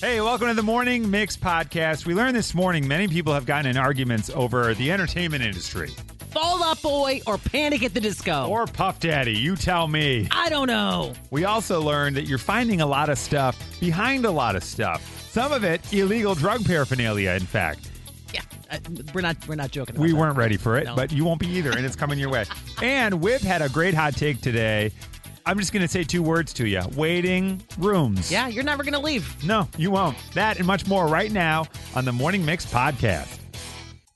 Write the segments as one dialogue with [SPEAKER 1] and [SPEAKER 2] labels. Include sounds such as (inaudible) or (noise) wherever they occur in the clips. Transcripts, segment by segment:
[SPEAKER 1] Hey, welcome to the Morning Mix podcast. We learned this morning many people have gotten in arguments over the entertainment industry
[SPEAKER 2] Fall Out Boy or Panic at the Disco.
[SPEAKER 1] or Puff Daddy. You tell me.
[SPEAKER 2] I don't know.
[SPEAKER 1] We also learned that you're finding a lot of stuff behind a lot of stuff. Some of it illegal drug paraphernalia, in fact.
[SPEAKER 2] Yeah, uh, we're not we're not joking. About
[SPEAKER 1] We
[SPEAKER 2] that.
[SPEAKER 1] weren't ready for it,
[SPEAKER 2] No.
[SPEAKER 1] but you won't be either, and it's coming your way. And Whip had a great hot take today. I'm just going to say two words to you waiting rooms.
[SPEAKER 2] Yeah, you're never gonna leave.
[SPEAKER 1] No, you won't. That and much more right now on the Morning Mix podcast.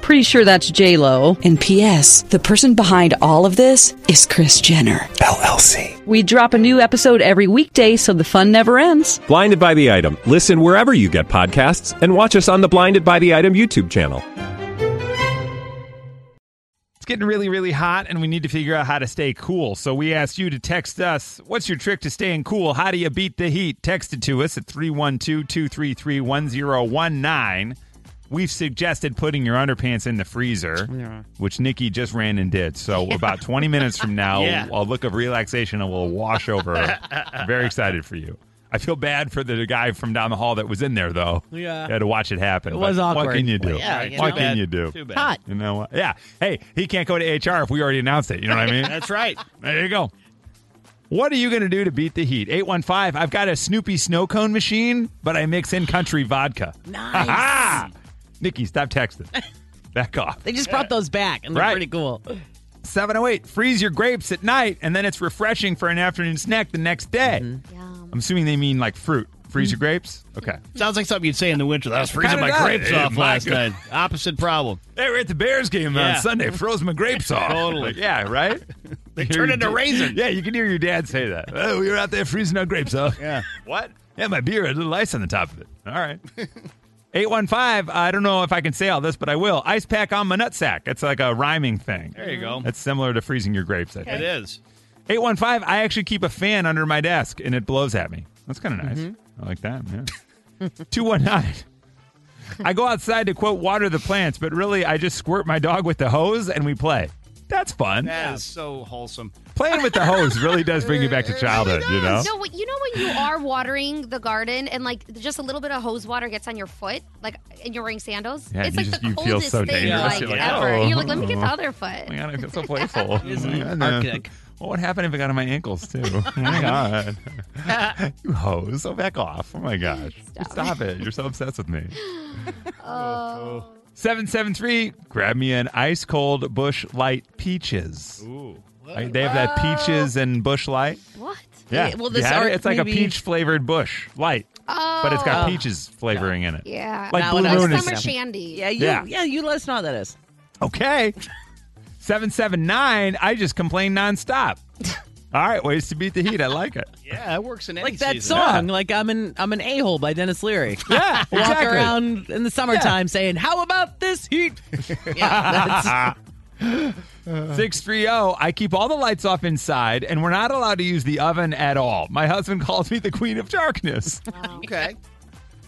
[SPEAKER 3] Pretty sure that's J Lo.
[SPEAKER 4] And P.S. The person behind all of this is Chris Jenner.
[SPEAKER 5] LLC.
[SPEAKER 3] We drop a new episode every weekday, so the fun never ends.
[SPEAKER 5] Blinded by the item. Listen wherever you get podcasts, and watch us on the Blinded by the Item YouTube channel.
[SPEAKER 1] It's getting really, really hot, and we need to figure out how to stay cool. So we asked you to text us. What's your trick to staying cool? How do you beat the heat? Text it to us at 312 233 1019. We've suggested putting your underpants in the freezer, which Nikki just ran and did. So about 20 minutes from now,
[SPEAKER 2] (laughs) Yeah.
[SPEAKER 1] a look of relaxation will wash
[SPEAKER 2] (laughs)
[SPEAKER 1] over her. I'm very excited for you. I feel bad for the guy from down the hall that was in there, though.
[SPEAKER 2] Yeah.
[SPEAKER 1] had to watch it happen.
[SPEAKER 2] It was
[SPEAKER 1] but What
[SPEAKER 2] awkward.
[SPEAKER 1] can you do?
[SPEAKER 2] Well, yeah, you
[SPEAKER 1] what
[SPEAKER 2] know.
[SPEAKER 1] can you do?
[SPEAKER 2] Hot.
[SPEAKER 1] You know what? Yeah. Hey, he can't go to HR if we already announced it. You know what I mean?
[SPEAKER 2] (laughs) That's right.
[SPEAKER 1] there you go. What are you going to do to beat the heat? 815, I've got a Snoopy snow cone machine, but I mix in country vodka.
[SPEAKER 2] Nice.
[SPEAKER 1] (laughs) Ha-ha! Nikki,
[SPEAKER 2] (laughs)
[SPEAKER 1] stop texting. Back off.
[SPEAKER 2] They just brought those back, and they're
[SPEAKER 1] (laughs) Right.
[SPEAKER 2] pretty cool.
[SPEAKER 1] 708, freeze your grapes at night, and then it's refreshing for an afternoon snack the next day.
[SPEAKER 2] Mm-hmm.
[SPEAKER 1] I'm assuming they mean like fruit. Freeze your grapes? Okay.
[SPEAKER 6] Sounds like something you'd say in the winter. I was freezing
[SPEAKER 1] Kinda
[SPEAKER 6] my
[SPEAKER 1] does.
[SPEAKER 6] grapes
[SPEAKER 1] It
[SPEAKER 6] off
[SPEAKER 1] is
[SPEAKER 6] last
[SPEAKER 1] vodka.
[SPEAKER 6] night. Opposite problem.
[SPEAKER 1] They were at the Bears game
[SPEAKER 6] Yeah.
[SPEAKER 1] on Sunday, froze my grapes off.
[SPEAKER 6] Totally.
[SPEAKER 1] Yeah, right? they
[SPEAKER 6] turned into raisins.
[SPEAKER 1] Yeah, you can hear your dad say that. Oh, we were out there freezing our grapes
[SPEAKER 6] (laughs)
[SPEAKER 1] off.
[SPEAKER 6] Yeah.
[SPEAKER 1] What? Yeah, my beer had a little ice on the top of it. All right. 815, I don't know if I can say all this, but I will. Ice pack on my nutsack. It's like a rhyming thing.
[SPEAKER 6] There you go.
[SPEAKER 1] That's similar to freezing your grapes, I think.
[SPEAKER 6] It is.
[SPEAKER 1] 815, I actually keep a fan under my desk and it blows at me. That's kind of nice. I like that. Yeah. (laughs) 219. I go outside to quote water the plants, but really I just squirt my dog with the hose and we play. That's fun.
[SPEAKER 6] That is so wholesome.
[SPEAKER 1] Playing with the hose really does bring you back to childhood,
[SPEAKER 7] (laughs)
[SPEAKER 1] you know?
[SPEAKER 7] No, what- you know when you are watering the garden and like just a little bit of hose water gets on your foot, like and you're wearing sandals.
[SPEAKER 1] Yeah,
[SPEAKER 7] it's
[SPEAKER 1] you
[SPEAKER 7] like
[SPEAKER 1] just- you
[SPEAKER 7] the
[SPEAKER 1] feel
[SPEAKER 7] coldest
[SPEAKER 1] so
[SPEAKER 7] thing
[SPEAKER 1] dangerous.
[SPEAKER 7] like,
[SPEAKER 1] You're like,
[SPEAKER 7] ever.
[SPEAKER 1] "Oh."
[SPEAKER 7] You're like, let me get the other foot.
[SPEAKER 1] Oh my god, I feel so playful. Yeah, I know.
[SPEAKER 2] Arctic.
[SPEAKER 1] Well, what happened if it got on my ankles too? Oh my god. (laughs) you hose, so back off. Oh my gosh. Stop, it. You're so obsessed
[SPEAKER 2] (laughs)
[SPEAKER 1] with me.
[SPEAKER 2] Oh.
[SPEAKER 1] 773, grab me an ice cold bush light peaches.
[SPEAKER 6] Ooh.
[SPEAKER 1] Like, they have that peaches and bush light.
[SPEAKER 7] What?
[SPEAKER 1] Yeah.
[SPEAKER 2] Yeah, well,
[SPEAKER 1] You
[SPEAKER 2] this
[SPEAKER 1] had it?
[SPEAKER 2] art
[SPEAKER 1] it's like a
[SPEAKER 2] maybe-
[SPEAKER 1] peach flavored bush light,
[SPEAKER 7] Oh,
[SPEAKER 1] but it's got peaches flavoring in it.
[SPEAKER 7] yeah,
[SPEAKER 1] Like
[SPEAKER 2] Now
[SPEAKER 1] Blue
[SPEAKER 2] when I was
[SPEAKER 1] Moon is
[SPEAKER 7] summer
[SPEAKER 2] is-
[SPEAKER 7] shandy.
[SPEAKER 2] Yeah, you,
[SPEAKER 1] Yeah.
[SPEAKER 2] yeah, You let us know how that is.
[SPEAKER 1] Okay. 779, I just complain nonstop. All right, ways to beat the heat. I like it.
[SPEAKER 6] Yeah, it works in any
[SPEAKER 2] Like that
[SPEAKER 6] season.
[SPEAKER 2] song, like I'm in I'm an a hole by Dennis Leary.
[SPEAKER 1] (laughs) Yeah,
[SPEAKER 2] Walk
[SPEAKER 1] exactly.
[SPEAKER 2] around in the summertime saying, "How about this
[SPEAKER 1] (laughs)
[SPEAKER 2] heat?" (laughs) yeah, that's,
[SPEAKER 1] 630, oh, I keep all the lights off inside and we're not allowed to use the oven at all. My husband (laughs) calls me the queen of darkness.
[SPEAKER 6] Okay.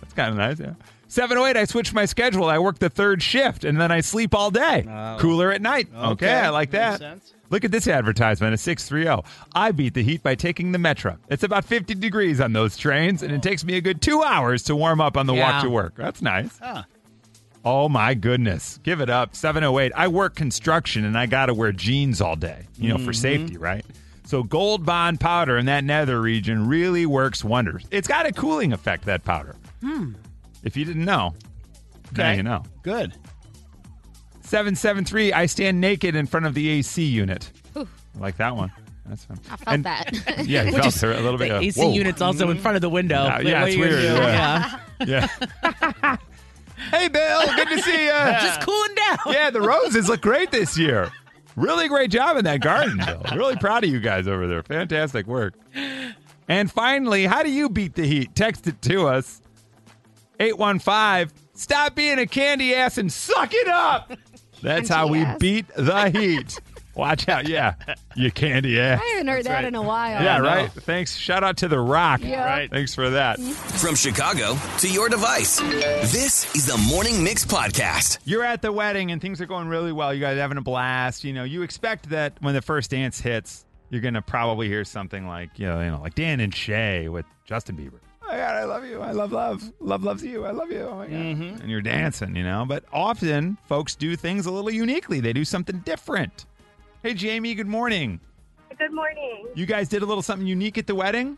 [SPEAKER 1] That's kind of nice, yeah. 708, I switch my schedule. I work the third shift and then I sleep all day. Cooler at night. Okay,
[SPEAKER 6] Okay,
[SPEAKER 1] I like
[SPEAKER 6] makes
[SPEAKER 1] that.
[SPEAKER 6] sense.
[SPEAKER 1] Look at this advertisement at 630. I beat the heat by taking the Metro. It's about 50 degrees on those trains and it takes me a good two hours to warm up on the
[SPEAKER 2] Yeah.
[SPEAKER 1] walk to work. That's nice.
[SPEAKER 6] Huh.
[SPEAKER 1] Oh my goodness. Give it up. 708. I work construction and I got to wear jeans all day, you know, for safety, right? So gold bond powder in that nether region really works wonders. It's got a cooling effect, that powder. Hmm. If you didn't know, now
[SPEAKER 6] Okay.
[SPEAKER 1] you know.
[SPEAKER 6] Good.
[SPEAKER 1] 773. I stand naked in front of the AC unit. I like that one. That's fine.
[SPEAKER 7] I felt that. (laughs)
[SPEAKER 1] (laughs) Yeah, it
[SPEAKER 2] Which
[SPEAKER 1] felt
[SPEAKER 2] is-
[SPEAKER 1] her a little bit.
[SPEAKER 2] The
[SPEAKER 1] uh,
[SPEAKER 2] AC
[SPEAKER 1] whoa.
[SPEAKER 2] unit's also in front of the window.
[SPEAKER 1] Yeah,
[SPEAKER 2] Like,
[SPEAKER 1] yeah,
[SPEAKER 2] what
[SPEAKER 1] it's
[SPEAKER 2] are you gonna
[SPEAKER 1] weird,
[SPEAKER 2] do?
[SPEAKER 1] yeah.
[SPEAKER 7] (laughs)
[SPEAKER 1] Yeah. hey, Bill. Good to see you.
[SPEAKER 2] (laughs) Yeah. Just (laughs) cooling down.
[SPEAKER 1] yeah, the roses look great this year. Really great job in that garden, Bill. Really proud of you guys over there. Fantastic work. And finally, how do you beat the heat? Text it to us. 815. Stop being a candy ass and suck it up. That's how we
[SPEAKER 7] Candy ass.
[SPEAKER 1] beat the heat. Watch out. Yeah. You candy ass.
[SPEAKER 7] I haven't heard that
[SPEAKER 6] right.
[SPEAKER 7] in a while.
[SPEAKER 1] Yeah,
[SPEAKER 6] I know.
[SPEAKER 1] right. Thanks. Shout out to The Rock.
[SPEAKER 7] Yeah.
[SPEAKER 6] Right.
[SPEAKER 1] Thanks for that.
[SPEAKER 8] From Chicago to your device, this is the Morning Mix Podcast.
[SPEAKER 1] You're at the wedding and things are going really well. You guys are having a blast. You know, you expect that when the first dance hits, you're gonna probably hear something like you know, you know, like Dan and Shay with Justin Bieber. Oh my god, I love you. I love love. Love loves you. I love you. Oh my god. And you're dancing, you know. But often folks do things a little uniquely. They do something different. Hey Jamie, good morning.
[SPEAKER 9] Good morning.
[SPEAKER 1] You guys did a little something unique at the wedding?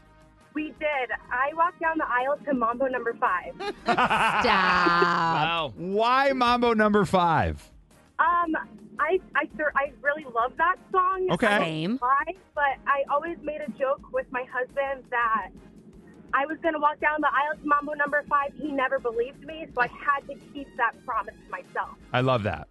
[SPEAKER 9] We did. I walked down the aisle to Mambo number five.
[SPEAKER 1] Hmm.
[SPEAKER 7] Stop.
[SPEAKER 6] Wow.
[SPEAKER 1] Why Mambo number five?
[SPEAKER 9] Um, I I, sur- I really love that song.
[SPEAKER 1] Okay.
[SPEAKER 9] I don't
[SPEAKER 7] Same.
[SPEAKER 9] know Why? But I always made a joke with my husband that I was gonna walk down the aisle to Mambo number five. He never believed me, so I had to keep that promise to myself.
[SPEAKER 1] I love that.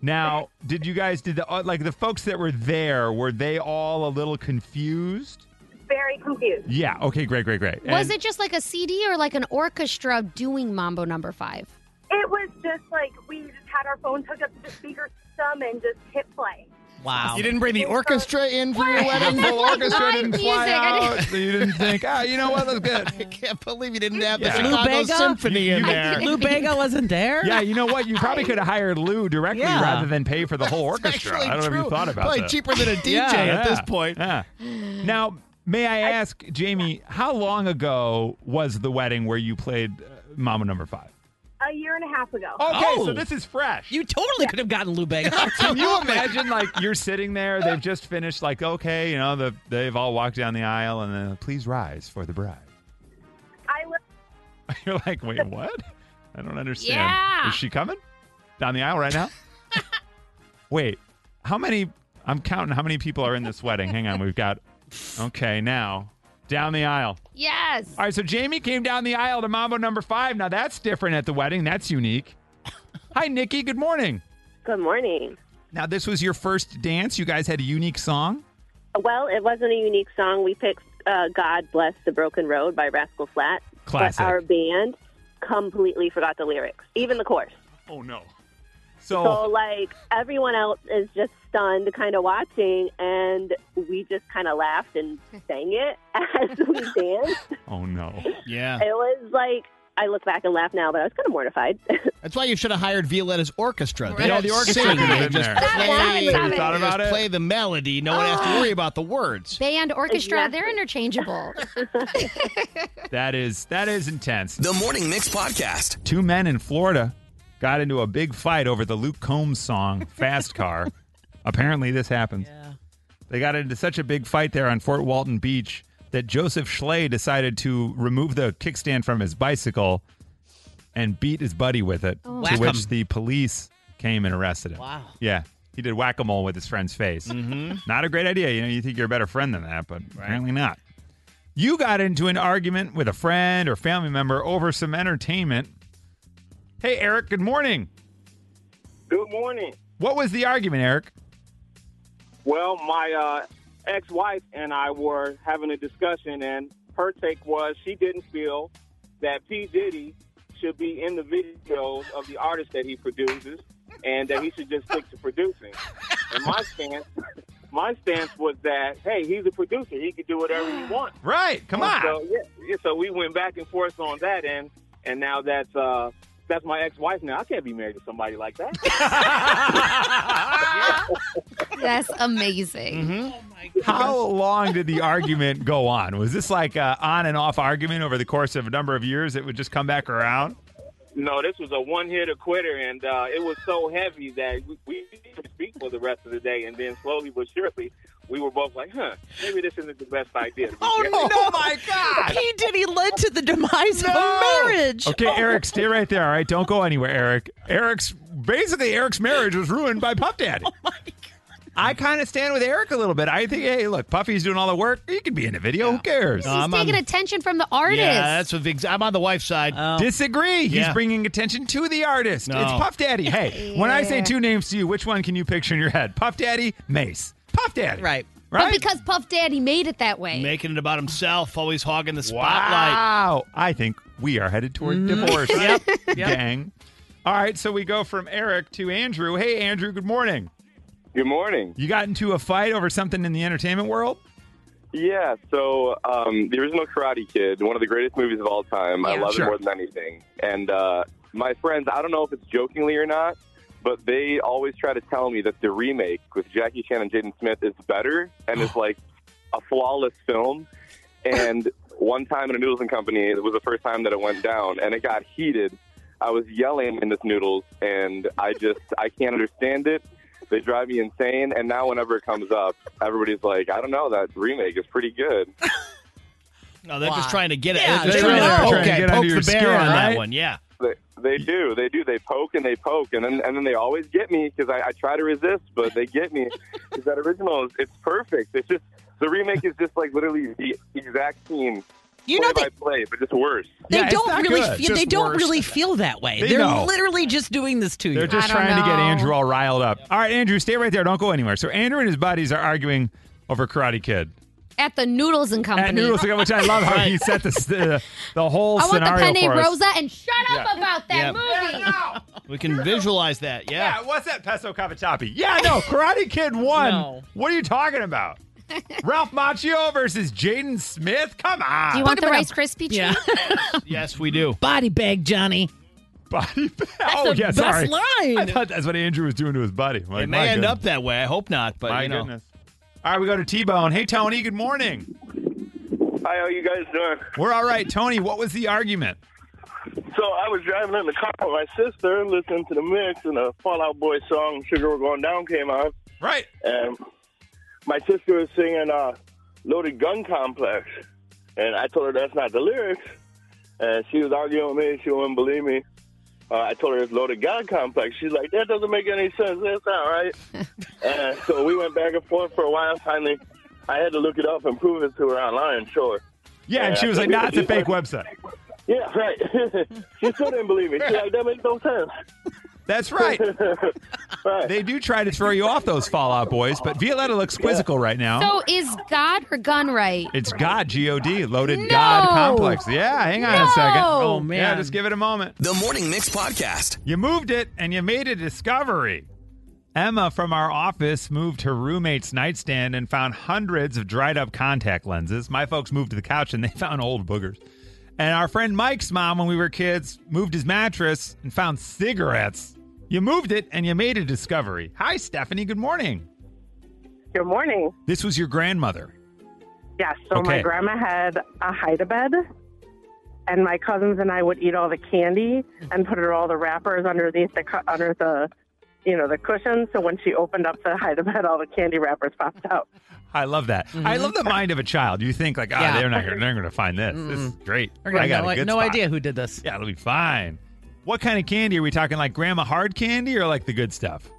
[SPEAKER 1] Now, did you guys did the uh, like the folks that were there were they all a little confused?
[SPEAKER 9] Very confused.
[SPEAKER 1] Yeah. Okay. Great. Great. Great.
[SPEAKER 7] Was
[SPEAKER 1] And-
[SPEAKER 7] it just like a CD or like an orchestra doing Mambo Number Five?
[SPEAKER 9] It was just like we just had our phone hooked up to the speaker system and just hit play.
[SPEAKER 2] Wow.
[SPEAKER 6] You didn't bring the orchestra in for your
[SPEAKER 1] And
[SPEAKER 6] wedding?
[SPEAKER 1] the orchestra
[SPEAKER 7] live
[SPEAKER 6] (laughs)
[SPEAKER 1] didn't
[SPEAKER 7] music.
[SPEAKER 1] fly
[SPEAKER 7] I
[SPEAKER 1] out. so (laughs) you didn't think, ah, you know what? That's
[SPEAKER 6] I
[SPEAKER 1] good.
[SPEAKER 6] can't believe you didn't have
[SPEAKER 1] Yeah.
[SPEAKER 6] the
[SPEAKER 1] Lou
[SPEAKER 6] Chicago
[SPEAKER 2] Bega?
[SPEAKER 6] Symphony in
[SPEAKER 1] You-
[SPEAKER 6] there.
[SPEAKER 2] Lou Bega wasn't there?
[SPEAKER 1] Yeah. You know what? You probably could have hired Lou directly
[SPEAKER 2] Yeah.
[SPEAKER 1] rather than pay for the whole
[SPEAKER 6] It's
[SPEAKER 1] orchestra.
[SPEAKER 6] actually
[SPEAKER 1] I don't know if you
[SPEAKER 6] true.
[SPEAKER 1] thought about
[SPEAKER 6] Probably
[SPEAKER 1] that.
[SPEAKER 6] cheaper (laughs) than a DJ
[SPEAKER 2] Yeah,
[SPEAKER 6] at this
[SPEAKER 1] Yeah.
[SPEAKER 6] point.
[SPEAKER 1] Yeah. Now, may I ask, Jamie, how long ago was the wedding where you played uh, Mama Number Five?
[SPEAKER 9] A year and a half ago.
[SPEAKER 1] Okay. So
[SPEAKER 2] Oh.
[SPEAKER 1] this is fresh.
[SPEAKER 2] You totally could have gotten Lou Bega.
[SPEAKER 1] (laughs) Can you imagine like you're sitting there, they've just finished like, okay, you know, the, they've all walked down the aisle and then please rise for the bride. (laughs)
[SPEAKER 9] I was
[SPEAKER 1] You're like, wait, what? I don't understand.
[SPEAKER 7] Yeah.
[SPEAKER 1] Is she coming? Down the aisle right now? wait, how many I'm counting how many people are in this wedding. Hang on, we've got Okay, now down the aisle.
[SPEAKER 7] Yes.
[SPEAKER 1] All right, so Jamie came down the aisle to Mambo number five. Now that's different at the wedding. That's unique. Hi, Nikki. Good morning.
[SPEAKER 9] Good morning.
[SPEAKER 1] Now this was your first dance. You guys had a unique song.
[SPEAKER 9] Well, it wasn't a unique song. We picked uh, "God Bless the Broken Road" by Rascal Flatts.
[SPEAKER 1] Classic.
[SPEAKER 9] But our band completely forgot the lyrics, even the chorus.
[SPEAKER 1] Oh no. Oh.
[SPEAKER 9] So, like, everyone else is just stunned, kind of watching, and we just kind of laughed and sang it as we danced.
[SPEAKER 1] Oh no.
[SPEAKER 6] Yeah.
[SPEAKER 9] It was like. I look back and laugh now, but I was kind of mortified. (laughs)
[SPEAKER 6] That's why you should have hired Violetta's orchestra. They
[SPEAKER 1] Yeah,
[SPEAKER 6] don't
[SPEAKER 1] the orchestra
[SPEAKER 6] sing,
[SPEAKER 1] could have
[SPEAKER 6] they
[SPEAKER 1] been
[SPEAKER 6] just
[SPEAKER 1] there.
[SPEAKER 7] Stop it, stop
[SPEAKER 6] play,
[SPEAKER 7] it, stop it.
[SPEAKER 1] Thought
[SPEAKER 6] they just
[SPEAKER 1] about it?
[SPEAKER 6] play the melody. No one has to worry about the words.
[SPEAKER 7] Band, orchestra, they're
[SPEAKER 9] Exactly.
[SPEAKER 7] interchangeable.
[SPEAKER 1] That is that is intense.
[SPEAKER 8] The Morning Mix Podcast.
[SPEAKER 1] Two men in Florida got into a big fight over the Luke Combs song
[SPEAKER 2] (laughs)
[SPEAKER 1] Fast Car. Apparently this happens. They got into such a big fight there on Fort Walton Beach that Joseph Schley decided to remove the kickstand from his bicycle and beat his buddy with it. To
[SPEAKER 2] Oh. Whack 'em.
[SPEAKER 1] which the police came and arrested him.
[SPEAKER 2] Wow.
[SPEAKER 1] Yeah. He did whack a mole with his friend's face. Mm-hmm. Not a great idea. You know, you think you're a better friend than that, but apparently not. You got into an argument with a friend or family member over some entertainment. Hey, Eric, good morning.
[SPEAKER 10] Good morning.
[SPEAKER 1] What was the argument, Eric?
[SPEAKER 10] Well, my uh, ex-wife and I were having a discussion, and her take was she didn't feel that P. Diddy should be in the videos of the artists that he produces, and that he should just stick to producing. And my stance, my stance was that hey, he's a producer; he can do whatever he wants.
[SPEAKER 1] Right. Come on.
[SPEAKER 10] So yeah, yeah, so we went back and forth on that, and and now that's uh, that's my ex-wife. Now I can't be married to somebody like that.
[SPEAKER 7] That's amazing.
[SPEAKER 1] How long did the argument go on? Was this like a on and off argument over the course of a number of years? It would just come back around.
[SPEAKER 10] No, this was a one hitter quitter, and uh, it was so heavy that we, we didn't speak for the rest of the day. And then slowly but surely, we were both like, huh, maybe this isn't the best idea. To be
[SPEAKER 2] Oh,
[SPEAKER 10] here."
[SPEAKER 2] no.
[SPEAKER 1] my God!
[SPEAKER 2] P. Diddy led to the demise of marriage.
[SPEAKER 1] Okay, Eric, stay right there. All right, don't go anywhere, Eric. Eric's basically Eric's marriage was ruined by Puff Daddy. I kind of stand with Eric a little bit. I think, hey, look, Puffy's doing all the work. He could be in a video. Who cares?
[SPEAKER 7] He's taking attention from the artist.
[SPEAKER 6] Yeah, that's what Vic's, I'm on the wife's side.
[SPEAKER 1] Oh. Disagree. He's
[SPEAKER 6] Yeah.
[SPEAKER 1] bringing attention to the artist.
[SPEAKER 6] No.
[SPEAKER 1] It's Puff Daddy. Hey, when I say two names to you, which one can you picture in your head? Puff Daddy, Mace. Puff Daddy. Right.
[SPEAKER 7] But because Puff Daddy made it that way.
[SPEAKER 6] Making it about himself, always hogging the spotlight.
[SPEAKER 1] Wow. I think we are headed toward divorce. (laughs) Gang. All right, so we go from Eric to Andrew. Hey, Andrew, good morning.
[SPEAKER 11] Good morning.
[SPEAKER 1] You got into a fight over something in the entertainment world?
[SPEAKER 11] Yeah, so um, the original Karate Kid, one of the greatest movies of all time. I
[SPEAKER 1] Yeah.
[SPEAKER 11] love
[SPEAKER 1] Sure.
[SPEAKER 11] it more than anything. And uh, my friends, I don't know if it's jokingly or not, but they always try to tell me that the remake with Jackie Chan and Jaden Smith is better and is like a flawless film. And one time in a noodles and company, it was the first time that it went down, and it got heated. I was yelling in this noodles, and I just I can't understand it. They drive me insane, and now whenever it comes up, everybody's like, "I don't know, that remake is pretty good."
[SPEAKER 6] No, Oh, they're just
[SPEAKER 11] Why?
[SPEAKER 6] trying to get it.
[SPEAKER 11] Yeah,
[SPEAKER 6] they're
[SPEAKER 11] they
[SPEAKER 6] trying
[SPEAKER 11] know.
[SPEAKER 6] to poke,
[SPEAKER 11] Trying to
[SPEAKER 6] at-
[SPEAKER 11] get
[SPEAKER 6] poke
[SPEAKER 11] under
[SPEAKER 6] the
[SPEAKER 11] your
[SPEAKER 6] bear
[SPEAKER 11] skin,
[SPEAKER 6] on that
[SPEAKER 11] right?
[SPEAKER 6] one. Yeah.
[SPEAKER 11] They, they do, they do. They poke and they poke, and then and then they always get me because I, I try to resist, but they get me because that original is it's perfect. It's just the remake is just like literally the exact scene
[SPEAKER 2] You
[SPEAKER 11] play by play, but just worse.
[SPEAKER 2] They don't really. Feel, they don't really feel that way.
[SPEAKER 1] They
[SPEAKER 2] They are
[SPEAKER 1] know.
[SPEAKER 2] literally just doing this to you.
[SPEAKER 1] They're just trying to get Andrew all riled up. All right, Andrew, stay right there. Don't go anywhere. So Andrew and his buddies are arguing over Karate Kid.
[SPEAKER 7] At the Noodles and Company.
[SPEAKER 1] At Noodles, which I love how you set the, the, the whole
[SPEAKER 7] I want the
[SPEAKER 1] scenario
[SPEAKER 7] Penne
[SPEAKER 1] for us.
[SPEAKER 7] Rosa and shut up
[SPEAKER 1] Yeah.
[SPEAKER 7] about
[SPEAKER 1] Yeah.
[SPEAKER 7] that movie.
[SPEAKER 6] We can visualize that. Yeah.
[SPEAKER 1] Yeah, what's that peso cavatappi? Yeah, no, Karate Kid won.
[SPEAKER 6] No.
[SPEAKER 1] What are you
[SPEAKER 7] (laughs)
[SPEAKER 1] talking about? Ralph Macchio versus Jaden Smith? Come on.
[SPEAKER 7] Do you want the Rice Krispie treat?
[SPEAKER 6] yes, we do.
[SPEAKER 2] Body bag, Johnny.
[SPEAKER 1] Body bag.
[SPEAKER 2] That's
[SPEAKER 1] oh,
[SPEAKER 2] the
[SPEAKER 1] yeah,
[SPEAKER 2] best
[SPEAKER 1] sorry.
[SPEAKER 2] line.
[SPEAKER 1] I thought that's what Andrew was doing to his buddy. Like,
[SPEAKER 6] It may
[SPEAKER 1] my
[SPEAKER 6] end
[SPEAKER 1] goodness.
[SPEAKER 6] up that way. I hope not, but
[SPEAKER 1] My
[SPEAKER 6] you know.
[SPEAKER 1] goodness. All right, we go to T Bone. Hey, Tony, good morning.
[SPEAKER 12] Hi, how you guys doing?
[SPEAKER 1] We're all right. Tony, what was the argument?
[SPEAKER 12] So I was driving in the car with my sister, listening to the mix, and a Fallout Boy song "Sugar We're Going Down" came on.
[SPEAKER 1] Right.
[SPEAKER 12] And Um, my sister was singing uh, "Loaded Gun Complex," and I told her that's not the lyrics. And she was arguing with me. She wouldn't believe me. Uh, I told her it's "Loaded Gun Complex." She's like, "That doesn't make any sense. That's not right." and so we went back and forth for a while. Finally, I had to look it up and prove it to her online. and Show her.
[SPEAKER 1] Yeah, and she was like, nah, it's a fake website.
[SPEAKER 12] Yeah, right. (laughs) she still didn't believe me. She's like, that makes no sense.
[SPEAKER 1] That's right. They do try to throw you off those Fallout Boys, but Violetta looks quizzical right
[SPEAKER 7] (laughs)
[SPEAKER 1] now.
[SPEAKER 7] So is God or gun right?
[SPEAKER 1] It's God, G O D, loaded God complex. Yeah, hang on a second.
[SPEAKER 7] No.
[SPEAKER 8] Oh, man.
[SPEAKER 1] Yeah, just give it a moment.
[SPEAKER 8] The Morning Mix Podcast.
[SPEAKER 1] You moved it and you made a discovery. Emma from our office moved her roommate's nightstand and found hundreds of dried up contact lenses. My folks moved to the couch and they (laughs) found old boogers. And our friend Mike's mom, when we were kids, moved his mattress and found cigarettes. You moved it and you made a discovery. Hi, Stephanie. Good morning.
[SPEAKER 13] Good morning.
[SPEAKER 1] This was your grandmother.
[SPEAKER 13] Yes. So
[SPEAKER 1] Okay.
[SPEAKER 13] my grandma had a hide a bed, and my cousins and I would eat all the candy and put it all the wrappers underneath the cu- under the you know the cushion. So when she opened up the hide a bed, all the candy wrappers popped out.
[SPEAKER 1] I love that. I love
[SPEAKER 13] Mm-hmm.
[SPEAKER 1] the mind of a child. You think like, ah,
[SPEAKER 2] Yeah.
[SPEAKER 1] they're not gonna, they're going to find this. This is great.
[SPEAKER 2] They're gonna
[SPEAKER 1] I got
[SPEAKER 2] have
[SPEAKER 1] a
[SPEAKER 2] no,
[SPEAKER 1] good
[SPEAKER 2] no
[SPEAKER 1] spot.
[SPEAKER 2] idea who did this.
[SPEAKER 1] Yeah, it'll be fine. What kind of candy are we talking? Like grandma hard candy or like the good stuff?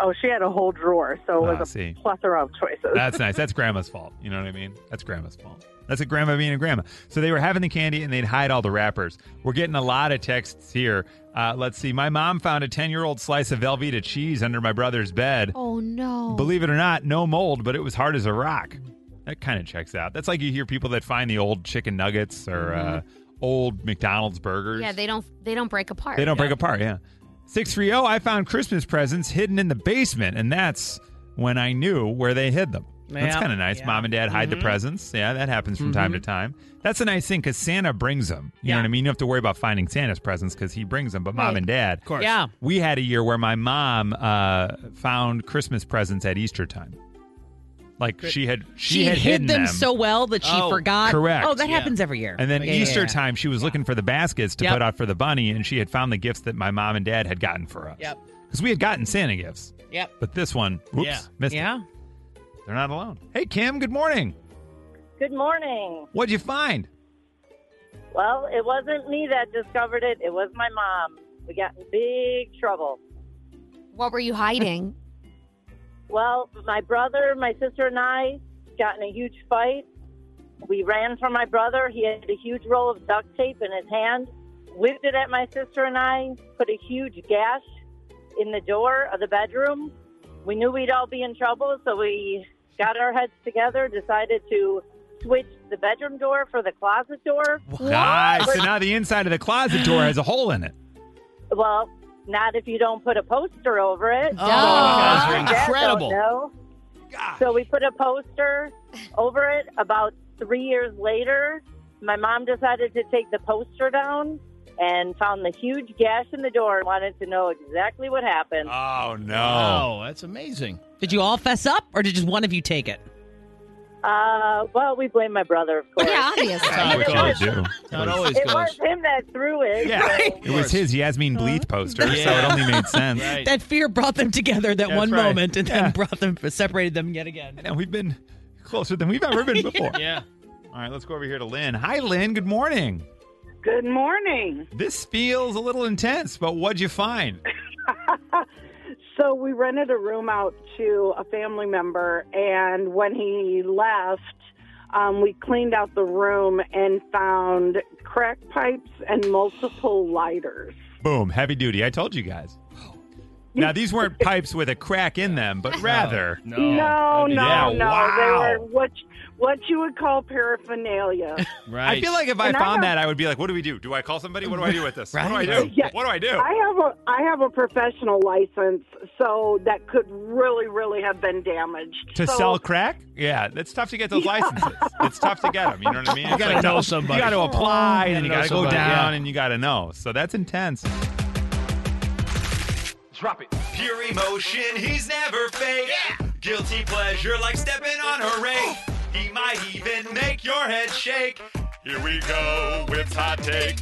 [SPEAKER 13] Oh, she had a whole drawer, so it
[SPEAKER 1] Ah,
[SPEAKER 13] was a
[SPEAKER 1] see.
[SPEAKER 13] plethora of choices.
[SPEAKER 1] That's nice. That's grandma's fault. You know what I mean? That's grandma's fault. That's a grandma being a grandma. So they were having the candy and they'd hide all the wrappers. We're getting a lot of texts here. Uh, let's see. My mom found a 10 year old slice of Velveeta cheese under my brother's bed.
[SPEAKER 7] Oh no.
[SPEAKER 1] Believe it or not, no mold, but it was hard as a rock. That kind of checks out. That's like you hear people that find the old chicken nuggets or uh, old McDonald's burgers.
[SPEAKER 7] Mm-hmm. Yeah, they don't they don't break apart.
[SPEAKER 1] They don't break apart, yeah. 630, I found Christmas presents hidden in the basement, and that's when I knew where they hid them. That's
[SPEAKER 2] Yeah. Mm-hmm.
[SPEAKER 1] kind of nice. Mom and dad hide the presents. Yeah, that happens from time to time. That's a nice thing because Santa brings them. You know what I mean? You don't have to worry about finding Santa's presents because he brings them, but mom
[SPEAKER 2] Right.
[SPEAKER 1] and dad. Of
[SPEAKER 2] course. Yeah.
[SPEAKER 1] We had a year where my mom uh, found Christmas presents at Easter time. Like she had, she,
[SPEAKER 2] She
[SPEAKER 1] had
[SPEAKER 2] hid
[SPEAKER 1] hidden
[SPEAKER 2] them so well that she forgot.
[SPEAKER 1] Correct.
[SPEAKER 2] Oh, that happens every year.
[SPEAKER 1] And then
[SPEAKER 2] Yeah, yeah,
[SPEAKER 1] Easter
[SPEAKER 2] yeah.
[SPEAKER 1] time, she was looking for the baskets to
[SPEAKER 2] Yep.
[SPEAKER 1] put out for the bunny, and she had found the gifts that my mom and dad had gotten for us.
[SPEAKER 2] Yep.
[SPEAKER 1] Because we had gotten Santa gifts.
[SPEAKER 2] Yep.
[SPEAKER 1] But this one, whoops,
[SPEAKER 2] Yeah.
[SPEAKER 1] missed
[SPEAKER 2] Yeah.
[SPEAKER 1] it. They're not alone. Hey, Kim, good morning.
[SPEAKER 14] Good morning.
[SPEAKER 1] What'd you find?
[SPEAKER 14] Well, it wasn't me that discovered it. It was my mom. We got in big trouble.
[SPEAKER 1] (laughs)
[SPEAKER 7] What were you hiding?
[SPEAKER 14] Well, my brother, my sister, and I got in a huge fight. We ran from my brother. He had a huge roll of duct tape in his hand, whipped it at my sister and I, put a huge gash in the door of the bedroom. We knew we'd all be in trouble, so we got our heads together, decided to switch the bedroom door for the closet door.
[SPEAKER 1] Nice. So now the inside of the closet door has a hole in it.
[SPEAKER 14] Well, not if you don't put a poster over it.
[SPEAKER 1] Oh, you guys are incredible.
[SPEAKER 14] No. So we put a poster over it. About three years later, my mom decided to take the poster down and found the huge gash in the door and wanted to know exactly what happened.
[SPEAKER 1] Oh no!
[SPEAKER 6] Wow, that's amazing.
[SPEAKER 2] Did you all fess up, or did just one of you take it?
[SPEAKER 14] Uh, well, we blame my brother, of course. Yeah, obviously.
[SPEAKER 1] Which I would do.
[SPEAKER 6] It always
[SPEAKER 14] it was
[SPEAKER 9] (laughs)
[SPEAKER 14] him that threw it.
[SPEAKER 1] Yeah.
[SPEAKER 14] so-
[SPEAKER 1] It was his Yasmin Bleeth poster, so it only made sense.
[SPEAKER 2] That fear brought them together that
[SPEAKER 1] That's
[SPEAKER 2] one
[SPEAKER 1] right.
[SPEAKER 2] moment, and
[SPEAKER 1] Yeah.
[SPEAKER 2] then brought them separated them yet again.
[SPEAKER 1] And we've been closer than we've ever been
[SPEAKER 2] (laughs)
[SPEAKER 1] before.
[SPEAKER 6] yeah.
[SPEAKER 1] All right, let's go over here to Lynn. Hi, Lynn. Good morning.
[SPEAKER 15] Good morning.
[SPEAKER 1] This feels a little intense, but what'd
[SPEAKER 15] (laughs)
[SPEAKER 1] you find?
[SPEAKER 15] So we rented a room out to a family member, and when he left, um, we cleaned out the room and found crack pipes and multiple lighters.
[SPEAKER 1] Boom, heavy duty. I told you guys. Now,
[SPEAKER 15] (laughs)
[SPEAKER 1] these weren't pipes with a crack in them, but rather.
[SPEAKER 15] no, no,
[SPEAKER 1] Oh, Yeah,
[SPEAKER 15] no.
[SPEAKER 1] wow.
[SPEAKER 15] They were what what you would call
[SPEAKER 1] (laughs)
[SPEAKER 15] paraphernalia.
[SPEAKER 1] I feel like if I
[SPEAKER 15] And
[SPEAKER 1] found
[SPEAKER 15] have-
[SPEAKER 1] that, I would be like, what do we do? Do I call somebody? What do I do with this? What do I do?
[SPEAKER 15] Yeah.
[SPEAKER 1] What do I do?
[SPEAKER 15] I have a I have a professional license, so that could really, really have been damaged.
[SPEAKER 1] to
[SPEAKER 15] So-
[SPEAKER 1] sell crack? Yeah, it's tough to get those licenses. it's tough to get them. You know what I mean?
[SPEAKER 6] You
[SPEAKER 1] It's
[SPEAKER 6] gotta know somebody.
[SPEAKER 1] You got to apply,
[SPEAKER 6] You
[SPEAKER 1] and you got
[SPEAKER 6] gotta
[SPEAKER 1] to
[SPEAKER 6] know
[SPEAKER 1] go
[SPEAKER 6] somebody, yeah.
[SPEAKER 1] down, and you got to know. So that's intense.
[SPEAKER 8] Drop it. Pure emotion, he's never fake. Guilty pleasure, like stepping on a rake. He might even make your head shake. Here we go, whip's hot take.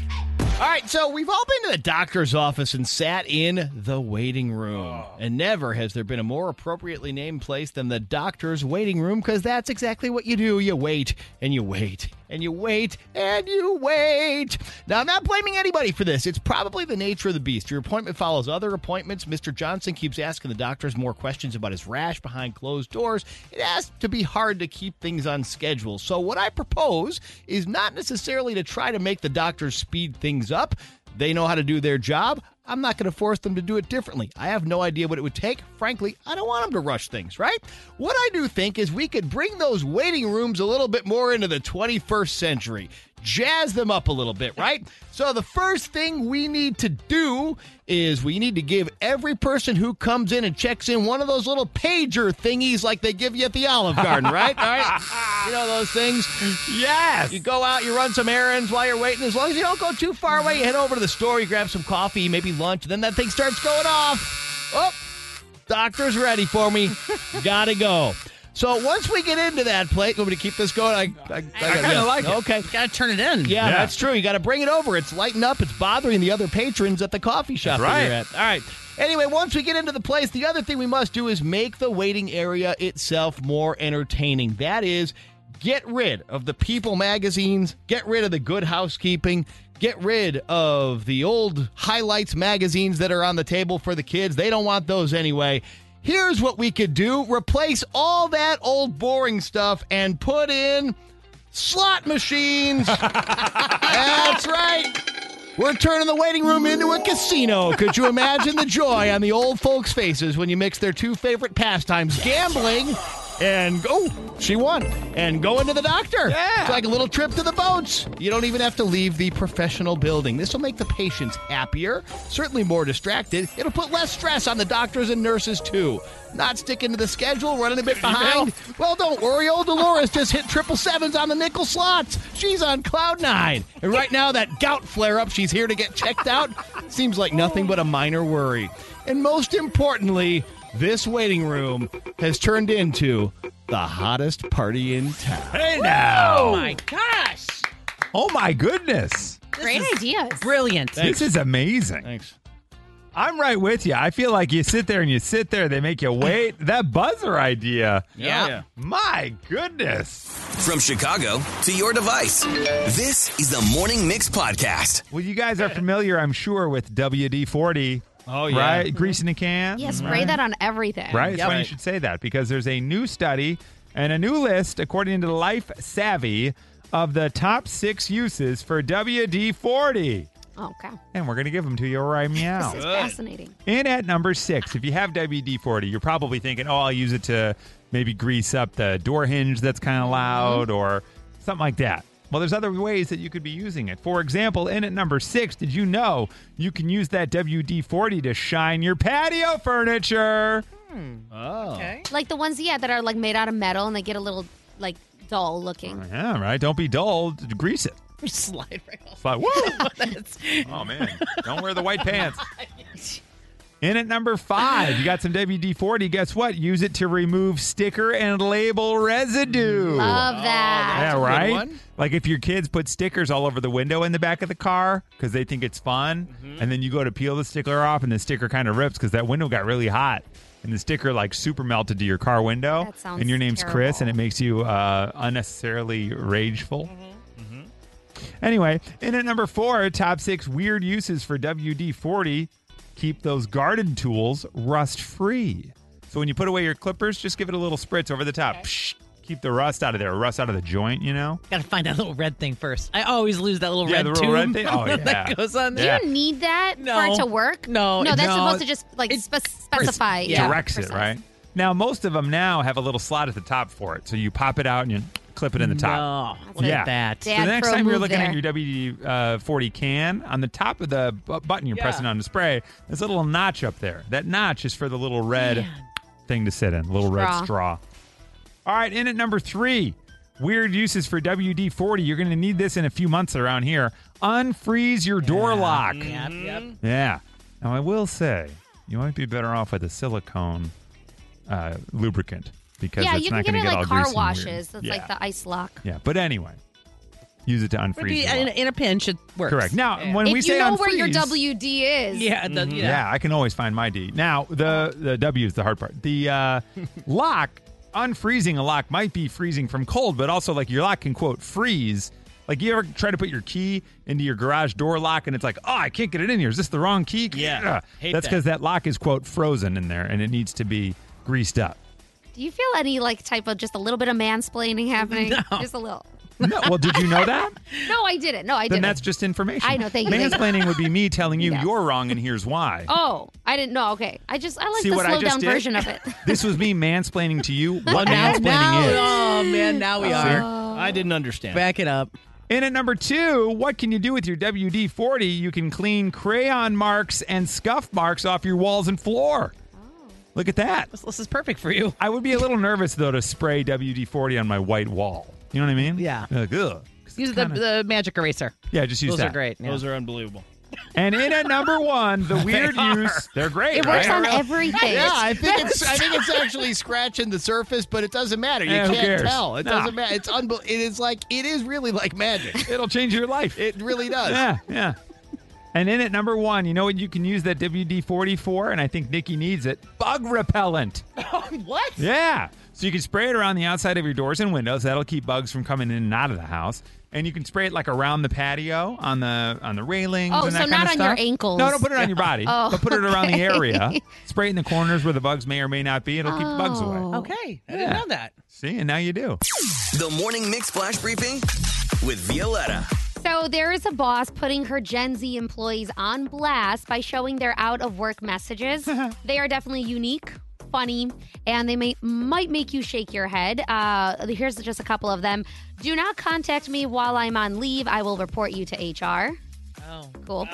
[SPEAKER 6] All right, so we've all been to the doctor's office and sat in the waiting room. And never has there been a more appropriately named place than the doctor's waiting room because that's exactly what you do. You wait and you wait and you wait and you wait. Now, I'm not blaming anybody for this. It's probably the nature of the beast. Your appointment follows other appointments. Mr. Johnson keeps asking the doctors more questions about his rash behind closed doors. It has to be hard to keep things on schedule. So, what I propose is not necessarily to try to make the doctors speed things up. They know how to do their job. I'm not going to force them to do it differently. I have no idea what it would take. Frankly, I don't want them to rush things, right? What I do think is we could bring those waiting rooms a little bit more into the 21st century. Jazz them up a little bit, right? So, the first thing we need to do is we need to give every person who comes in and checks in one of those little pager thingies like they give you at the Olive Garden, right? All right. You know those things?
[SPEAKER 1] Yes.
[SPEAKER 6] You go out, you run some errands while you're waiting. As long as you don't go too far away, you head over to the store, you grab some coffee, maybe lunch, and then that thing starts going off. Oh, doctor's ready
[SPEAKER 2] (laughs)
[SPEAKER 6] for me. Gotta go. So once we get into that plate, you want me to keep this going? I, I, I,
[SPEAKER 2] kinda like it.
[SPEAKER 6] Okay.
[SPEAKER 2] Gotta turn it in.
[SPEAKER 6] Yeah, that's true. You got to bring it over. It's lighting up. It's bothering the other patrons at the coffee shop
[SPEAKER 1] That's
[SPEAKER 6] that you're
[SPEAKER 1] right.
[SPEAKER 6] at. All right. Anyway, once we get into the place, the other thing we must do is make the waiting area itself more entertaining. That is, get rid of the People magazines, get rid of the Good Housekeeping, get rid of the old highlights magazines that are on the table for the kids. They don't want those anyway. Here's what we could do replace all that old boring stuff and put in slot machines. That's right. We're turning the waiting room into a casino. Could you imagine the joy on the old folks' faces when you mix their two favorite pastimes, gambling and go? she won. And going to the doctor.
[SPEAKER 1] Yeah.
[SPEAKER 6] It's like a little trip to the boats. You don't even have to leave the professional building. This will make the patients happier, certainly more distracted. It'll put less stress on the doctors and nurses, too. Not sticking to the schedule, running a bit behind. Well, don't worry. Old Dolores just hit triple sevens on the nickel slots. She's on cloud nine. And right now, that gout flare up, she's here to get checked out. Seems like nothing but a minor worry. And most importantly, this waiting room has turned into the hottest party in town.
[SPEAKER 1] Hey now.
[SPEAKER 2] Oh my gosh!
[SPEAKER 1] Oh my goodness.
[SPEAKER 7] Great ideas.
[SPEAKER 2] Brilliant.
[SPEAKER 1] This is amazing.
[SPEAKER 6] Thanks.
[SPEAKER 1] I'm right with you. I feel like you sit there and you sit there, they make you wait. that buzzer idea.
[SPEAKER 6] Oh,
[SPEAKER 8] Yeah. Yeah.
[SPEAKER 1] My goodness.
[SPEAKER 8] From Chicago to your device, this is the Morning Mix Podcast.
[SPEAKER 1] Well, you guys are familiar, I'm sure, with WD 40.
[SPEAKER 6] Oh, yeah.
[SPEAKER 1] Right? Grease in a can.
[SPEAKER 7] Yeah, spray
[SPEAKER 1] right?
[SPEAKER 7] that on everything.
[SPEAKER 1] Right? It's funny you should say that because there's a new study and a new list, according to Life Savvy, of the top six uses for WD 40.
[SPEAKER 7] Oh, okay.
[SPEAKER 1] And we're going to give them to you right now.
[SPEAKER 7] This is fascinating.
[SPEAKER 1] In at number six, if you have WD 40, you're probably thinking, oh, I'll use it to maybe grease up the door hinge that's kind of loud or something like that. Well, there's other ways that you could be using it. For example, in at number six, did you know you can use that WD 40 to shine your patio furniture?
[SPEAKER 6] Oh.
[SPEAKER 7] Like the ones, yeah, that are like made out of metal and they get a little like dull looking.
[SPEAKER 1] Oh, Yeah, right. Don't be dull. Grease it.
[SPEAKER 2] (laughs) Slide right off.
[SPEAKER 1] It's
[SPEAKER 7] (laughs)
[SPEAKER 1] like, woo!
[SPEAKER 2] That's-
[SPEAKER 1] Oh man, don't wear the white pants. In at number five, you got some WD 40. Guess what? Use it to remove sticker and label residue.
[SPEAKER 7] Love that.
[SPEAKER 1] Oh, yeah, right? Like if your kids put stickers all over the window in the back of the car because they think it's fun,
[SPEAKER 7] Mm-hmm.
[SPEAKER 1] and then you go to peel the sticker off and the sticker kind of rips because that window got really hot and the sticker like super melted to your car window.
[SPEAKER 7] That sounds
[SPEAKER 1] and your name's Chris
[SPEAKER 7] terrible.
[SPEAKER 1] and it makes you uh, unnecessarily rageful.
[SPEAKER 7] Mm-hmm.
[SPEAKER 1] Anyway, in at number four, top six weird uses for WD 40 keep those garden tools rust free. So when you put away your clippers, just give it a little spritz over the top. Psh, keep the rust out of there, rust out of the joint, you know?
[SPEAKER 2] Gotta find that little red thing first. I always lose that little
[SPEAKER 1] Yeah,
[SPEAKER 2] red
[SPEAKER 1] the
[SPEAKER 2] tube
[SPEAKER 1] little
[SPEAKER 2] (laughs)
[SPEAKER 1] red thing? Oh, yeah.
[SPEAKER 2] that goes on
[SPEAKER 1] Yeah.
[SPEAKER 2] there.
[SPEAKER 7] Do you need that for
[SPEAKER 2] No.
[SPEAKER 7] it to work?
[SPEAKER 2] No,
[SPEAKER 7] No, that's
[SPEAKER 1] no.
[SPEAKER 7] supposed to just like spec specify. Yeah.
[SPEAKER 1] Directs it, right? Now, most of them now have a little slot at the top for it. So you pop it out and you clip it in the top.
[SPEAKER 2] No, Oh, look at that.
[SPEAKER 1] So the
[SPEAKER 2] Dad
[SPEAKER 1] next
[SPEAKER 2] pro
[SPEAKER 1] time you're
[SPEAKER 2] move
[SPEAKER 1] looking at your
[SPEAKER 2] there.
[SPEAKER 1] WD uh, 40 can, on the top of the bu- button you're
[SPEAKER 2] Yeah.
[SPEAKER 1] pressing on the spray, there's a little notch up there. That notch is for the little red thing to sit in, little red
[SPEAKER 8] Straw.
[SPEAKER 1] straw. All right, in at number three, weird uses for WD 40. You're going to need this in a few months around here. Unfreeze your door lock.
[SPEAKER 2] Yep, yep.
[SPEAKER 1] Yeah. Now I will say you might be better off with a silicone uh, lubricant because
[SPEAKER 7] Yeah,
[SPEAKER 1] it's
[SPEAKER 7] you can
[SPEAKER 1] not
[SPEAKER 7] get
[SPEAKER 1] going
[SPEAKER 7] it
[SPEAKER 1] to get all
[SPEAKER 7] like car
[SPEAKER 1] greasy and weird.
[SPEAKER 7] washes. That's
[SPEAKER 1] yeah.
[SPEAKER 7] like the ice lock.
[SPEAKER 1] yeah. But anyway, use it to unfreeze.
[SPEAKER 2] Would be
[SPEAKER 1] your
[SPEAKER 2] in,
[SPEAKER 1] lock.
[SPEAKER 2] in a pinch. It works.
[SPEAKER 1] Correct. Now, when
[SPEAKER 7] if
[SPEAKER 1] we
[SPEAKER 7] you
[SPEAKER 1] say
[SPEAKER 7] know
[SPEAKER 1] unfreeze,
[SPEAKER 7] where your WD is.
[SPEAKER 2] Yeah, the-
[SPEAKER 1] yeah. I can always find my D. Now the the W is the hard part.
[SPEAKER 7] (laughs)
[SPEAKER 1] The uh, lock unfreezing a lock might be freezing from cold, but also like your lock can quote freeze. Like you ever try to put your key into your garage door lock and it's like, oh, I can't get it in here. Is this the wrong key? Yeah,
[SPEAKER 6] Hate
[SPEAKER 1] that's
[SPEAKER 6] that.
[SPEAKER 1] because that lock is quote frozen in there and it needs to be
[SPEAKER 7] (laughs)
[SPEAKER 1] greased up.
[SPEAKER 7] Do you feel any like type of just a little bit of mansplaining
[SPEAKER 1] (laughs)
[SPEAKER 7] happening? Just a little.
[SPEAKER 1] No, well, did you know that?
[SPEAKER 7] No, I didn't. No, I
[SPEAKER 1] then
[SPEAKER 7] didn't.
[SPEAKER 1] that's just information.
[SPEAKER 7] I know, thank you, thank you.
[SPEAKER 1] Mansplaining would
[SPEAKER 7] (laughs)
[SPEAKER 1] be me telling you you're wrong and here's why.
[SPEAKER 7] Oh, I didn't know. Okay, I just I like
[SPEAKER 1] See
[SPEAKER 7] the
[SPEAKER 1] what I
[SPEAKER 7] slow
[SPEAKER 1] just
[SPEAKER 7] down
[SPEAKER 1] did?
[SPEAKER 7] version of
[SPEAKER 1] (laughs)
[SPEAKER 7] it.
[SPEAKER 1] This was me mansplaining
[SPEAKER 7] (laughs)
[SPEAKER 1] to you what
[SPEAKER 2] now,
[SPEAKER 1] mansplaining
[SPEAKER 2] now,
[SPEAKER 1] is.
[SPEAKER 2] oh man, now we are.
[SPEAKER 6] I didn't understand.
[SPEAKER 2] Back it up.
[SPEAKER 1] In at number two, what can you do with your WD 40? You can clean crayon marks and scuff marks off your walls and floor.
[SPEAKER 7] Oh.
[SPEAKER 1] Look at that.
[SPEAKER 2] This, this is perfect for you.
[SPEAKER 1] I would be a little nervous, though, to spray WD 40 on my white wall. You know what I mean? Yeah. Like, ugh.
[SPEAKER 2] Use the, the magic eraser.
[SPEAKER 1] Yeah, just use
[SPEAKER 2] Those
[SPEAKER 1] that.
[SPEAKER 2] are great.
[SPEAKER 6] Those are unbelievable.
[SPEAKER 1] And in at number one, the
[SPEAKER 6] They
[SPEAKER 1] weird
[SPEAKER 6] are.
[SPEAKER 1] use. They're great.
[SPEAKER 7] It works
[SPEAKER 1] right?
[SPEAKER 7] (laughs) on everything.
[SPEAKER 6] Yeah, I think it's I think it's actually scratching the surface, but it doesn't matter. You
[SPEAKER 1] Yeah, who
[SPEAKER 6] can't
[SPEAKER 1] cares?
[SPEAKER 6] tell. It
[SPEAKER 1] Nah.
[SPEAKER 6] doesn't matter. It's unbel- It is like it is really like magic.
[SPEAKER 1] It'll change your life.
[SPEAKER 6] It really does.
[SPEAKER 1] Yeah, yeah. And in at number one, you know what you can use that WD 40 for? And I think Nikki needs it bug repellent.
[SPEAKER 2] what?
[SPEAKER 1] Yeah. So you can spray it around the outside of your doors and windows. That'll keep bugs from coming in and out of the house. And you can spray it like around the patio, on the on the railings.
[SPEAKER 7] Oh,
[SPEAKER 1] and that
[SPEAKER 7] so
[SPEAKER 1] kind
[SPEAKER 7] not
[SPEAKER 1] of
[SPEAKER 7] on
[SPEAKER 1] stuff.
[SPEAKER 7] your ankles.
[SPEAKER 1] No, don't put it on your body.
[SPEAKER 7] Oh,
[SPEAKER 1] but put it around the
[SPEAKER 7] okay.
[SPEAKER 1] area. Spray it in the corners where the bugs may or may not be. It'll keep the bugs away.
[SPEAKER 2] Oh. Okay, I didn't
[SPEAKER 1] Yeah.
[SPEAKER 2] know that.
[SPEAKER 1] See, and now you do.
[SPEAKER 16] The Morning Mix Flash Briefing with Violetta.
[SPEAKER 7] So there is a boss putting her Gen Z employees on blast by showing their out of work messages. they are definitely unique, funny, and they may might make you shake your head. Uh, here's just a couple of them. Do not contact me while I'm on leave. I will report you to HR.
[SPEAKER 2] Oh,
[SPEAKER 7] cool.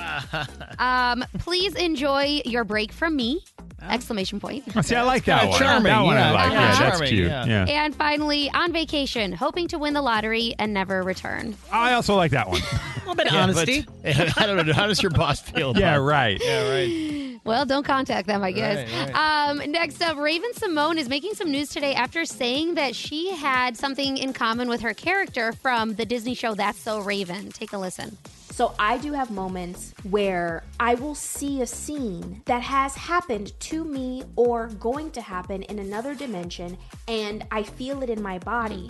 [SPEAKER 7] Um, please enjoy your break from me! Exclamation point.
[SPEAKER 1] See, I like that
[SPEAKER 6] kinda
[SPEAKER 1] one.
[SPEAKER 6] charming,
[SPEAKER 1] That one I
[SPEAKER 6] yeah. Yeah,
[SPEAKER 1] like. Yeah, that's
[SPEAKER 6] charming,
[SPEAKER 1] cute.
[SPEAKER 6] yeah.
[SPEAKER 1] yeah.
[SPEAKER 7] And finally, on vacation, hoping to win the lottery and never return.
[SPEAKER 1] I also like that one.
[SPEAKER 2] A little bit of
[SPEAKER 6] Yeah,
[SPEAKER 2] honesty.
[SPEAKER 6] but- (laughs) I don't know. How does your boss feel?
[SPEAKER 1] Yeah,
[SPEAKER 6] about it?
[SPEAKER 1] right.
[SPEAKER 6] Yeah, right.
[SPEAKER 7] Well, don't contact them, I guess.
[SPEAKER 6] Right,
[SPEAKER 7] Um, next up, Raven Simone is making some news today after saying that she had something in common with her character from the Disney show That's So Raven. Take a listen.
[SPEAKER 17] So I do have moments where I will see a scene that has happened to me or going to happen in another dimension and I feel it in my body.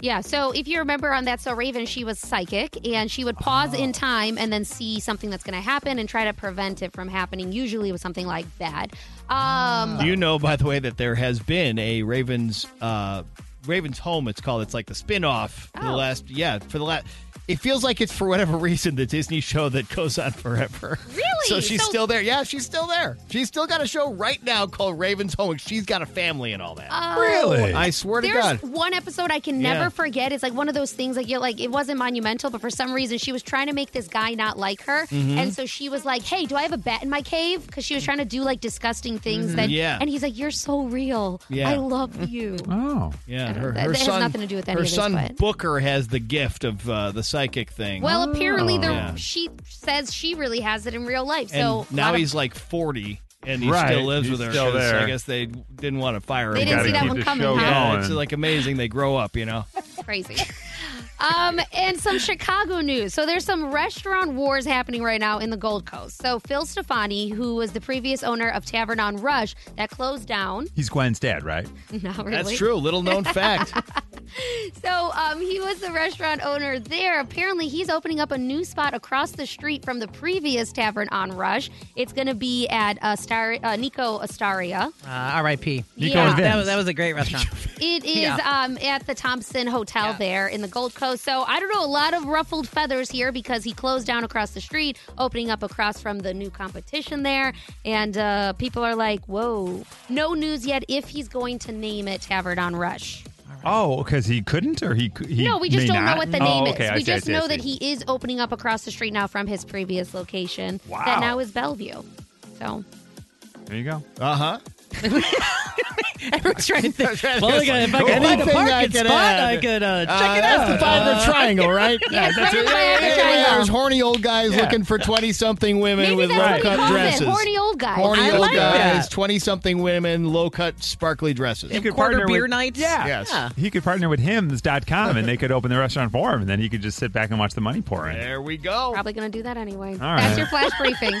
[SPEAKER 7] Yeah, so if you remember on That's So Raven, she was psychic and she would pause
[SPEAKER 6] Oh.
[SPEAKER 7] in time and then see something that's going to happen and try to prevent it from happening. Usually it was something like that. Um,
[SPEAKER 6] Do you know, by the way, that there has been a Ravens uh, Ravens Home. It's called. It's like the spinoff. for The
[SPEAKER 7] Oh.
[SPEAKER 6] last, yeah, for the last. It feels like it's for whatever (laughs) reason the Disney show that goes on forever. Really? So she's still there. Yeah, she's still there. She's still got a show right now called Ravens Home. She's got a family and all that.
[SPEAKER 7] Oh.
[SPEAKER 6] I swear to
[SPEAKER 7] There's
[SPEAKER 6] God.
[SPEAKER 7] one episode I can
[SPEAKER 6] Yeah.
[SPEAKER 7] never forget. It's like one of those things like you're like it wasn't monumental, but for some reason she was trying to make this guy not like her,
[SPEAKER 6] Mm-hmm.
[SPEAKER 18] Mhm.
[SPEAKER 7] and so she was like, "Hey, do I have a bat in my cave?" Because she was trying to do like disgusting things.
[SPEAKER 6] Mhm.
[SPEAKER 7] That
[SPEAKER 6] Yeah.
[SPEAKER 7] and he's like, "You're so real.
[SPEAKER 6] Yeah.
[SPEAKER 7] I love you."
[SPEAKER 1] oh,
[SPEAKER 6] Yeah, her,
[SPEAKER 7] That-
[SPEAKER 6] her
[SPEAKER 7] that has
[SPEAKER 6] son.
[SPEAKER 7] nothing to do with any
[SPEAKER 6] her
[SPEAKER 7] of this,
[SPEAKER 6] son
[SPEAKER 7] but-
[SPEAKER 6] Booker has the gift of uh, the psychic thing.
[SPEAKER 7] Well, apparently the
[SPEAKER 6] Oh, Yeah.
[SPEAKER 7] she says she really has it in real life. So
[SPEAKER 6] and
[SPEAKER 7] a
[SPEAKER 6] now
[SPEAKER 7] lot of-
[SPEAKER 6] he's like 40 and he
[SPEAKER 1] Right.
[SPEAKER 6] still lives
[SPEAKER 1] He's
[SPEAKER 6] with her
[SPEAKER 1] still
[SPEAKER 6] 'cause
[SPEAKER 1] there.
[SPEAKER 6] I guess they didn't want to fire
[SPEAKER 7] They
[SPEAKER 6] him.
[SPEAKER 7] didn't see that one coming, huh?
[SPEAKER 6] Yeah,
[SPEAKER 1] going.
[SPEAKER 6] it's like amazing they grow up, you know.
[SPEAKER 7] crazy. um, and some Chicago news. So there's some restaurant wars happening right now in the Gold Coast. So Phil Stefani, who was the previous owner of Tavern on Rush, that closed down. (laughs)
[SPEAKER 1] He's Gwen's dad, right?
[SPEAKER 7] Not really.
[SPEAKER 6] That's true.
[SPEAKER 7] (laughs)
[SPEAKER 6] Little known fact.
[SPEAKER 7] So um, he was the restaurant owner there. Apparently, he's opening up a new spot across the street from the previous Tavern on Rush. It's going to be at Astar- uh, Nico Astaria.
[SPEAKER 2] Uh, RIP.
[SPEAKER 7] Nico
[SPEAKER 2] That was-
[SPEAKER 7] and Vince.
[SPEAKER 2] that, was, that was a great restaurant.
[SPEAKER 7] It is
[SPEAKER 2] Yeah.
[SPEAKER 7] um, at the Thompson Hotel there in the Gold Coast. So I don't know, a lot of ruffled feathers here because he closed down across the street, opening up across from the new competition there. And uh, people are like, whoa. No news yet if he's going to name it Tavern on Rush.
[SPEAKER 1] Oh, because he couldn't, or he c- he
[SPEAKER 7] no, we just
[SPEAKER 1] may
[SPEAKER 7] don't
[SPEAKER 1] not?
[SPEAKER 7] know what the
[SPEAKER 1] Oh,
[SPEAKER 7] name
[SPEAKER 1] okay,
[SPEAKER 7] is.
[SPEAKER 1] I
[SPEAKER 7] We
[SPEAKER 1] see, I
[SPEAKER 7] just
[SPEAKER 1] see, I
[SPEAKER 7] know that
[SPEAKER 1] see.
[SPEAKER 7] he is opening up across the street now from his previous location
[SPEAKER 1] Wow.
[SPEAKER 7] that now is Bellevue. So
[SPEAKER 1] There you (laughs) go.
[SPEAKER 6] Uh huh.
[SPEAKER 2] Everyone's trying to think.
[SPEAKER 6] Well,
[SPEAKER 2] Well, if I could
[SPEAKER 1] (laughs)
[SPEAKER 2] find a parking spot, I could uh, check it out.
[SPEAKER 6] That's the five-minute
[SPEAKER 7] Uh-huh.
[SPEAKER 2] Uh,
[SPEAKER 7] (laughs)
[SPEAKER 6] triangle, right?
[SPEAKER 2] Yeah, it's right in the
[SPEAKER 6] Yeah,
[SPEAKER 2] five-minute
[SPEAKER 6] yeah, yeah.
[SPEAKER 2] triangle.
[SPEAKER 6] There's horny old guys
[SPEAKER 2] Yeah.
[SPEAKER 6] looking for twenty-something women
[SPEAKER 7] Maybe
[SPEAKER 6] with
[SPEAKER 7] that's what we
[SPEAKER 6] low-cut
[SPEAKER 7] call it,
[SPEAKER 6] dresses.
[SPEAKER 7] horny old guys.
[SPEAKER 6] Horny
[SPEAKER 7] I
[SPEAKER 6] old
[SPEAKER 7] like
[SPEAKER 6] guys.
[SPEAKER 7] that.
[SPEAKER 6] Twenty-something women, low-cut, sparkly dresses.
[SPEAKER 1] He could partner with- Yeah. He could partner with hymns.com and they could open the restaurant for him and then he could just sit back and watch the money pour in.
[SPEAKER 6] There we go.
[SPEAKER 7] Probably going to do that anyway.
[SPEAKER 1] All
[SPEAKER 7] That's
[SPEAKER 1] right.
[SPEAKER 7] your flash
[SPEAKER 1] (laughs)
[SPEAKER 7] briefing.